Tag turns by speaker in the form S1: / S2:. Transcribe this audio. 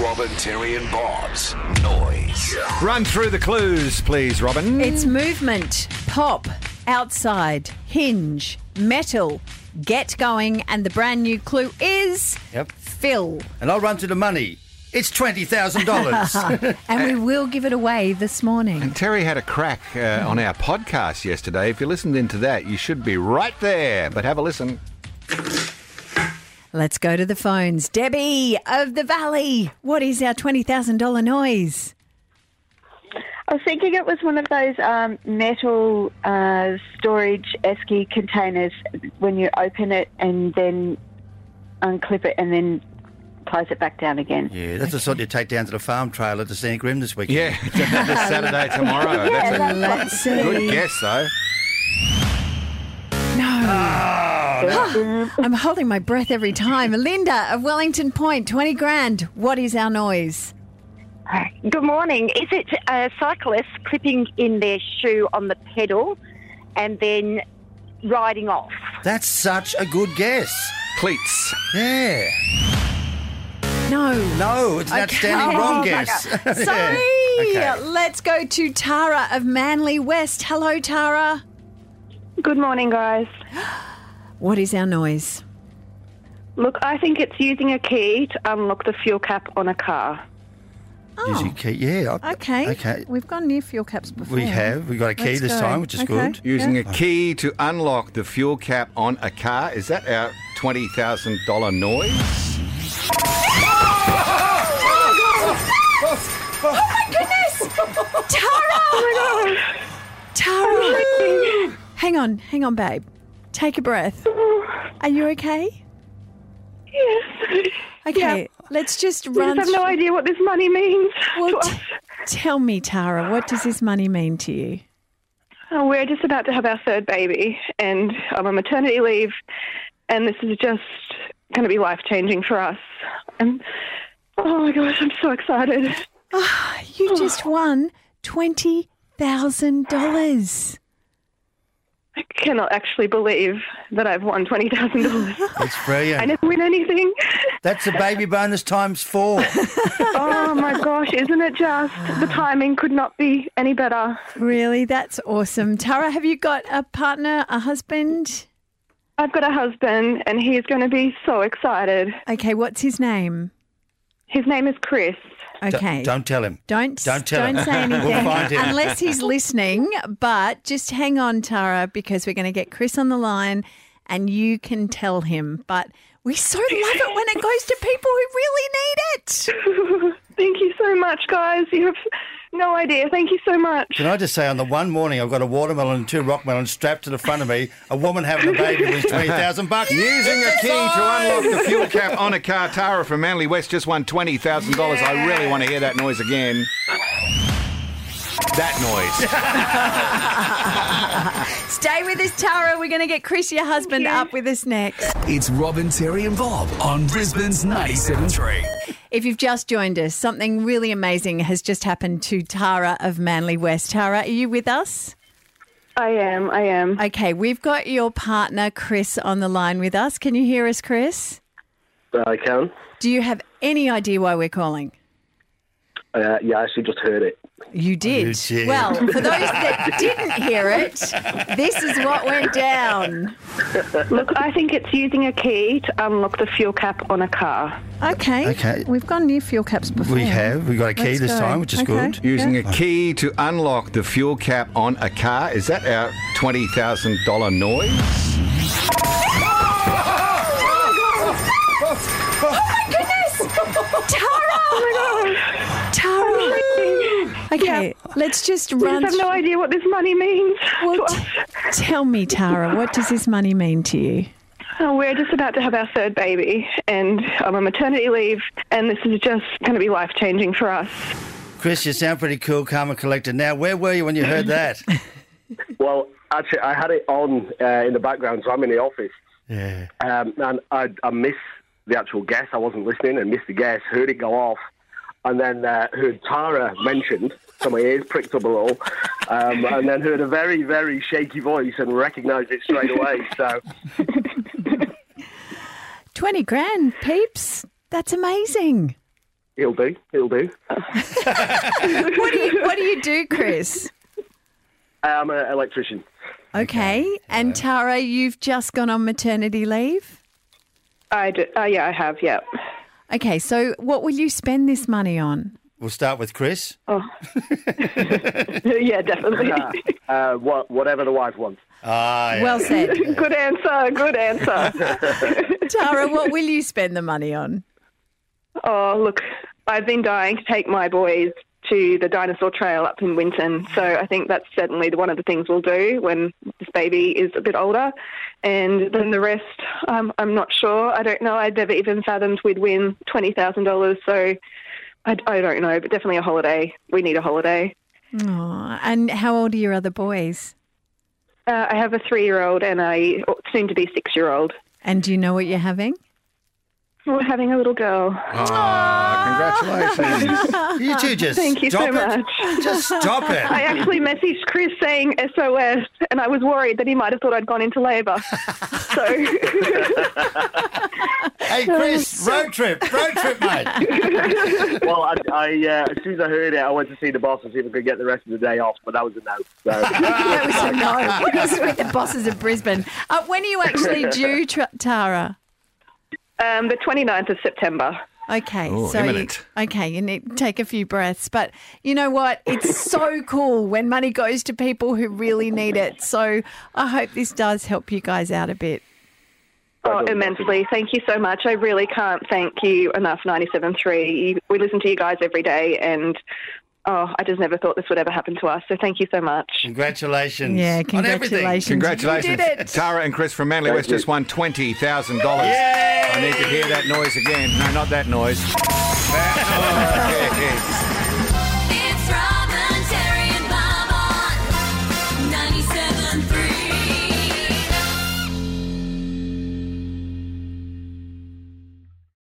S1: Robin, Terry, and Bob's Noise.
S2: Run through the clues, please, Robin.
S3: It's movement, pop, outside, hinge, metal, get going, and the brand new clue is
S4: Yep.
S3: Phil.
S4: And I'll run to the money. It's twenty thousand dollars.
S3: And
S2: Eh.
S3: we will give it away this morning.
S2: And Terry had a crack uh, on our podcast yesterday. If you listened into that, you should be right there. But have a listen.
S3: Let's go to the phones. Debbie of the Valley, what is our $20,000 noise?
S5: I was thinking it was one of those um, metal uh, storage esky containers when you open it and then unclip it and then close it back down again.
S4: yeah, that's the sort you take down to the farm trailer to Scenic Rim this weekend.
S2: Yeah, this Saturday, tomorrow.
S5: Yeah,
S2: That's
S5: that's
S3: Let's
S2: a good
S3: see.
S2: guess, though. Ah.
S3: I'm holding my breath every time. Linda of Wellington Point, 20 grand. What is our noise?
S6: Good morning. Is it uh, cyclists clipping in their shoe on the pedal and then riding off?
S4: That's such a good guess.
S2: Cleats.
S4: Yeah.
S3: No.
S4: No, it's an
S3: Okay.
S4: outstanding
S3: Oh,
S4: wrong
S3: my
S4: guess.
S3: Sorry.
S4: Yeah. Okay.
S3: Let's go to Tara of Manly West. Hello, Tara.
S7: Good morning, guys.
S3: What is our noise?
S7: Look, I think it's using a key to unlock the fuel cap on a car.
S4: Use your key. Yeah. I-
S3: Oh. Okay.
S4: Okay.
S3: We've gone near fuel caps before.
S4: We have. We got a key
S3: Let's
S4: this
S3: go.
S4: time, which is
S3: Okay.
S4: good.
S2: Using a key to unlock the fuel cap on a car. Is that our $20,000 noise?
S3: Tara! Tara! hang on, hang on, babe. Take a breath. Are you okay?
S7: Yes.
S3: Okay, let's just
S7: I
S3: run.
S7: have no idea what this money means.
S3: through-
S7: to
S3: Well, t-
S7: us.
S3: tell me, Tara, what does this money mean to you?
S7: Oh, we're just about to have our third baby, and I'm on maternity leave, and this is just going to be life changing for us. And oh my gosh, I'm so excited.
S3: You just won twenty thousand dollars.
S7: I cannot actually believe that I've won twenty thousand dollars.
S4: That's
S7: I
S4: brilliant.
S7: never win anything.
S4: That's a baby bonus times four.
S7: Oh my gosh, isn't it just? The timing could not be any better.
S3: Really, that's awesome. Tara, have you got a partner, a husband?
S7: I've got a husband, and he's going to be so excited.
S3: Okay, what's his name?
S7: His name is Chris.
S4: D-
S3: Okay.
S4: Don't tell him.
S3: Don't
S4: Don't tell
S3: don't
S4: him.
S3: say
S4: We'll
S3: anything
S4: find him.
S3: unless he's listening. But just hang on, Tara, because we're going to get Chris on the line, and you can tell him. But we so love it when it goes to people who really need it.
S7: Thank you so much, guys. You have no idea. Thank you so much.
S4: Can I just say, on the one morning I've got a watermelon and two rock melons strapped to the front of me, a woman having a baby wins 20,000 bucks.
S2: Using a key to unlock the fuel cap on a car. Tara from Manly West just won $20,000. I really want to hear that noise again. That noise.
S3: Stay with us, Tara. We're going to get Chris, your husband, up with us next.
S1: It's Robin, Terry, and Bob on Brisbane's 97.3.
S3: If you've just joined us, something really amazing has just happened to Tara of Manly West. Tara, are you with us?
S7: I am. I am.
S3: Okay, we've got your partner Chris on the line with us. Can you hear us, Chris?
S8: I can.
S3: Do you have any idea why we're calling?
S8: Uh, yeah, I actually just heard it.
S3: You did.
S4: You did.
S3: Well, for those that didn't hear it, this is what went down.
S7: Look, I think it's using a key to unlock the fuel cap on a car.
S3: Okay.
S4: Okay.
S3: We've gone near fuel caps before.
S4: We have. We got a key
S3: Let's
S4: this
S3: go.
S4: time, which is
S3: Okay.
S4: good.
S2: Using a key to unlock the fuel cap on a car. Is that our $20,000 noise?
S7: Oh
S3: Tara! Tara! Okay, let's just
S7: I
S3: run
S7: just have no idea what this money means. to
S3: Well,
S7: us.
S3: t- tell me, Tara, what does this money mean to you?
S7: Oh, we're just about to have our third baby, and I'm on maternity leave, and this is just going to be life changing for us.
S4: Chris, you sound pretty cool, calm and collected. Now, where were you when you heard that?
S8: Well, actually, I had it on uh, in the background, so I'm in the office,
S4: yeah.
S8: um, and I, I missed the actual guess. I wasn't listening and missed the guess. Heard it go off, and then uh, heard Tara mentioned, so my ears pricked up a little, um, and then heard a very, very shaky voice and recognised it straight away. So
S3: 20 grand, peeps. That's amazing.
S8: It'll do. It'll do.
S3: What do you What do you do, Chris?
S8: I'm an electrician.
S3: Okay, and Tara, you've just gone on maternity leave.
S7: I do, uh, yeah, I have, yeah.
S3: Okay, so what will you spend this money on?
S4: We'll start with Chris.
S7: Oh. yeah, definitely.
S8: Uh, wha- whatever the wife wants.
S4: Ah, yeah.
S3: Well said,
S7: good answer, good answer.
S3: Tara. What will you spend the money on?
S7: oh, look, I've been dying to take my boys to the dinosaur trail up in Winton, so I think that's certainly the- one of the things we'll do when this baby is a bit older. And then the rest, um, I'm not sure. I don't know. I'd never even fathomed we'd win $20,000, so I, I don't know, but definitely a holiday. We need a holiday.
S3: Aw, and how old are your other boys?
S7: Uh, I have a three year old and a soon to be six year old.
S3: And do you know what you're having?
S7: We're having a little girl.
S2: Ah, congratulations.
S4: you two just
S7: Thank you
S4: stop
S7: so
S4: it.
S7: much.
S4: Just stop
S7: I
S4: it.
S7: actually messaged Chris saying SOS, and I was worried that he might have thought I'd gone into labour. so,
S4: Hey, Chris, road trip, road trip, mate.
S8: Well, I, I uh, as soon as I heard it, I went to see the boss and see if I could get the rest of the day off, but that was a no. So,
S3: That was a no. He's with the bosses of Brisbane. Uh, when are you actually due, Tra- Tara?
S7: um, the 29th of September.
S3: Okay,
S2: Ooh,
S3: so you,
S2: imminent.
S3: okay, you need to take a few breaths, but you know what? It's so cool when money goes to people who really need it. So I hope this does help you guys out a bit.
S7: Oh, immensely. Thank you so much. I really can't thank you enough, 97.3. You- We listen to you guys every day, and oh, I just never thought this would ever happen to us. So, thank you so much.
S4: Congratulations.
S3: Yeah,
S4: on everything.
S3: congratulations.
S2: Congratulations.
S3: You did it.
S2: Tara and Chris from Manly West
S8: you.
S2: just won $20,000. I need to hear that noise again. No, not that noise. That noise.